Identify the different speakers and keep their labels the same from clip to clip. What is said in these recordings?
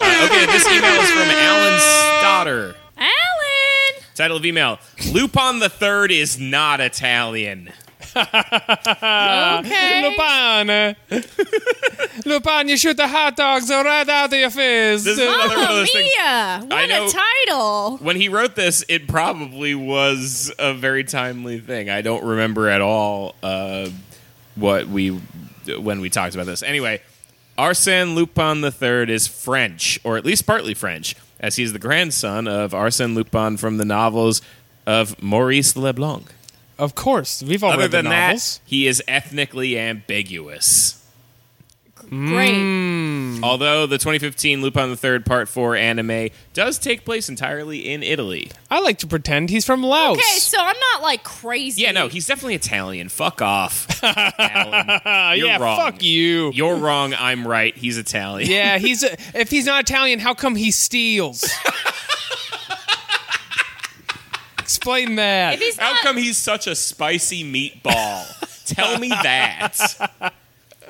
Speaker 1: Okay, this email is from Alan Stoddard.
Speaker 2: Alan!
Speaker 1: Title of email: Lupin the Third is not Italian. Uh,
Speaker 2: Okay.
Speaker 3: Lupin! Lupin, you shoot the hot dogs right out of your face!
Speaker 1: This is another one of
Speaker 2: Mamma
Speaker 1: those things.
Speaker 2: Mia!
Speaker 1: I
Speaker 2: What
Speaker 1: know-
Speaker 2: a title!
Speaker 1: When he wrote this, it probably was a very timely thing. I don't remember at all uh, what we when we talked about this. Anyway, Arsène Lupin III is French, or at least partly French, as he's the grandson of Arsène Lupin from the novels of Maurice Leblanc.
Speaker 3: of course, we've all
Speaker 1: Other
Speaker 3: read Oh, the
Speaker 1: than that,
Speaker 3: novels.
Speaker 1: he is ethnically ambiguous.
Speaker 2: Great.
Speaker 1: Mm. Although the 2015 Lupin III Part 4 anime does take place entirely in Italy.
Speaker 3: I like to pretend he's from Laos.
Speaker 2: Okay, so I'm not like crazy.
Speaker 1: Yeah, no, he's definitely Italian. Fuck off, Alan.
Speaker 3: Uh,
Speaker 1: You're
Speaker 3: yeah,
Speaker 1: wrong.
Speaker 3: fuck you.
Speaker 1: You're wrong. I'm right. He's Italian.
Speaker 3: yeah, he's a, if he's not Italian, how come he steals? Explain that.
Speaker 2: If he's
Speaker 1: How
Speaker 2: not,
Speaker 1: come he's such a spicy meatball? Tell me that.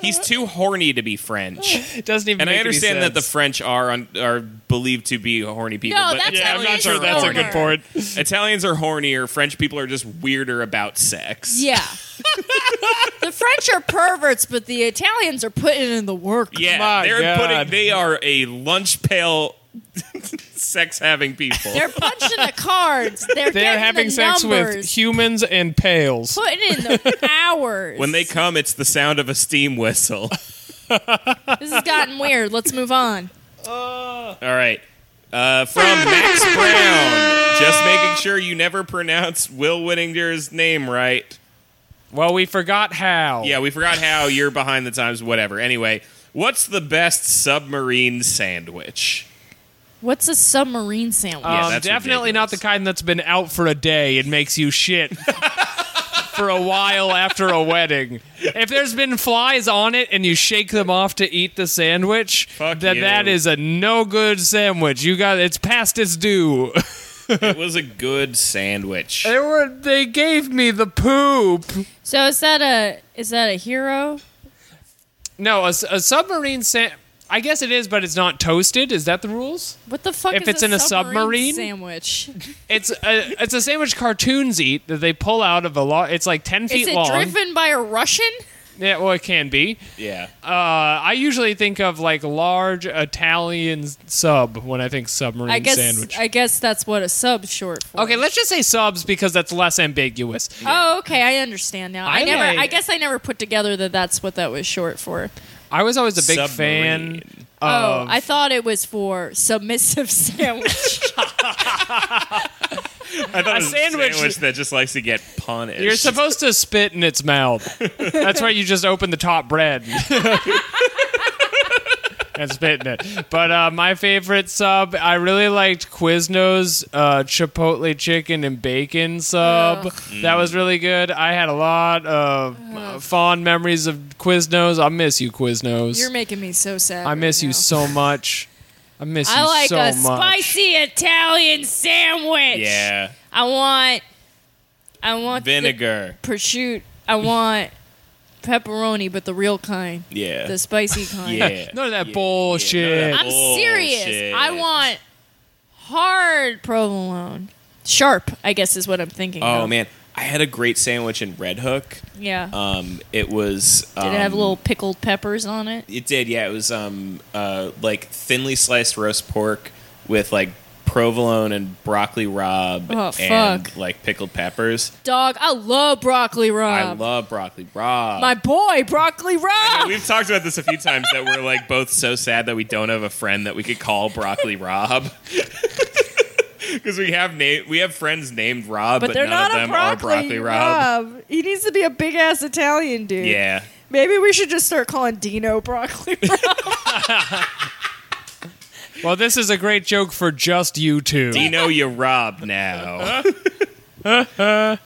Speaker 1: He's too horny to be French,
Speaker 3: It doesn't even.
Speaker 1: and I
Speaker 3: make any
Speaker 1: understand that the
Speaker 3: sense.
Speaker 1: French are on, are believed to be horny people.
Speaker 2: No,
Speaker 1: but
Speaker 2: that's
Speaker 3: Yeah, I'm
Speaker 1: Italians
Speaker 3: not sure
Speaker 1: are
Speaker 3: that's a good
Speaker 2: hornier.
Speaker 3: point.
Speaker 1: hornier. Italians are hornier. French people are just weirder about sex.
Speaker 2: yeah. the French are perverts, but the Italians are putting in the work.
Speaker 1: Yeah,
Speaker 3: My
Speaker 1: they're
Speaker 3: God.
Speaker 1: putting. They are a lunch pail, sex having people.
Speaker 2: They're punching the cards. They're,
Speaker 3: They're
Speaker 2: getting
Speaker 3: having
Speaker 2: the
Speaker 3: sex with
Speaker 2: numbers.
Speaker 3: humans and pails.
Speaker 2: putting in the hours.
Speaker 1: when they come, it's the sound of a steam whistle.
Speaker 2: this has gotten weird. Let's move on.
Speaker 1: All right, uh, from Max Brown. Just making sure you never pronounce Will Whittinger's name right.
Speaker 3: Well, we forgot how.
Speaker 1: Yeah, we forgot how. You're behind the times. Whatever. Anyway, what's the best submarine sandwich?
Speaker 2: What's a submarine sandwich?
Speaker 1: Yeah,
Speaker 3: Um,
Speaker 1: that's
Speaker 3: definitely not the
Speaker 1: ridiculous.
Speaker 3: kind that's been out for a day and makes you shit for a while after a wedding. If there's been flies on it and you shake them off to eat the sandwich,
Speaker 1: Fuck
Speaker 3: then
Speaker 1: you.
Speaker 3: that is a no good sandwich. You got it's past its due.
Speaker 1: It was a good sandwich.
Speaker 3: they were they gave me the poop.
Speaker 2: So is that a is that a hero?
Speaker 3: No, a, s- a submarine sand. I guess it is, but it's not toasted. Is that the rules?
Speaker 2: What the fuck?
Speaker 3: If
Speaker 2: is
Speaker 3: it's in a submarine?
Speaker 2: sandwich,
Speaker 3: It's a it's a sandwich cartoons eat that they pull out of a lot. It's like ten feet
Speaker 2: is it
Speaker 3: long.
Speaker 2: driven by a Russian?
Speaker 3: Yeah, well, it can be.
Speaker 1: yeah.
Speaker 3: Uh, I usually think of like large Italian sub when I think submarine
Speaker 2: I guess
Speaker 3: sandwich.
Speaker 2: I guess that's what a sub's short for.
Speaker 3: okay, let's just say subs because that's less ambiguous.
Speaker 2: Oh, okay. I understand now. I,
Speaker 3: I
Speaker 2: never.
Speaker 3: like-
Speaker 2: I guess I never put together that that's what that was short for.
Speaker 3: I was always a big fan.
Speaker 1: Submarine.
Speaker 3: Um,
Speaker 2: oh, I thought it was for submissive sandwich.
Speaker 1: I thought it
Speaker 3: A
Speaker 1: was
Speaker 3: sandwich-
Speaker 1: a sandwich that just likes to get punished.
Speaker 3: You're supposed to spit in its mouth. That's why you just open the top bread and spit in it. But uh, my favorite sub, I really liked Quiznos uh, Chipotle Chicken and Bacon sub. That was really good. I had a lot of uh, fond memories of Quiznos. I miss you, Quiznos.
Speaker 2: You're making me so sad.
Speaker 3: I miss
Speaker 2: right
Speaker 3: you
Speaker 2: now.
Speaker 3: so much. I miss
Speaker 2: I
Speaker 3: you
Speaker 2: like
Speaker 3: so
Speaker 2: a
Speaker 3: much.
Speaker 2: spicy Italian sandwich.
Speaker 1: Yeah.
Speaker 2: I want. I want the
Speaker 1: Vinegar.
Speaker 2: prosciutto. I want pepperoni, but the real kind,
Speaker 1: Yeah.
Speaker 2: the spicy kind.
Speaker 1: yeah.
Speaker 3: None of that
Speaker 1: Yeah.
Speaker 3: bullshit.
Speaker 1: Yeah, none of that
Speaker 2: I'm serious.
Speaker 1: bullshit.
Speaker 2: I want hard provolone. Sharp, I guess, is what I'm thinking.
Speaker 1: Oh
Speaker 2: of.
Speaker 1: man, I had a great sandwich in Red Hook.
Speaker 2: Yeah.
Speaker 1: Um, it was. Um,
Speaker 2: Did it have little pickled peppers on it?
Speaker 1: It did. Yeah, it was um uh like thinly sliced roast pork with like provolone and broccoli rob
Speaker 2: Oh,
Speaker 1: and
Speaker 2: fuck.
Speaker 1: like pickled peppers.
Speaker 2: Dog, I love broccoli rob.
Speaker 1: I love broccoli rob.
Speaker 2: my boy, broccoli rob.
Speaker 1: We've talked about this a few times that we're like both so sad that we don't have a friend that we could call broccoli rob. Because we have na- we have friends named Rob, but, none of them are broccoli rob.
Speaker 2: He needs to be a big ass Italian dude.
Speaker 1: Yeah.
Speaker 2: Maybe we should just start calling Dino broccoli rob.
Speaker 3: Well, this is a great joke for just you two.
Speaker 1: You know you rob now.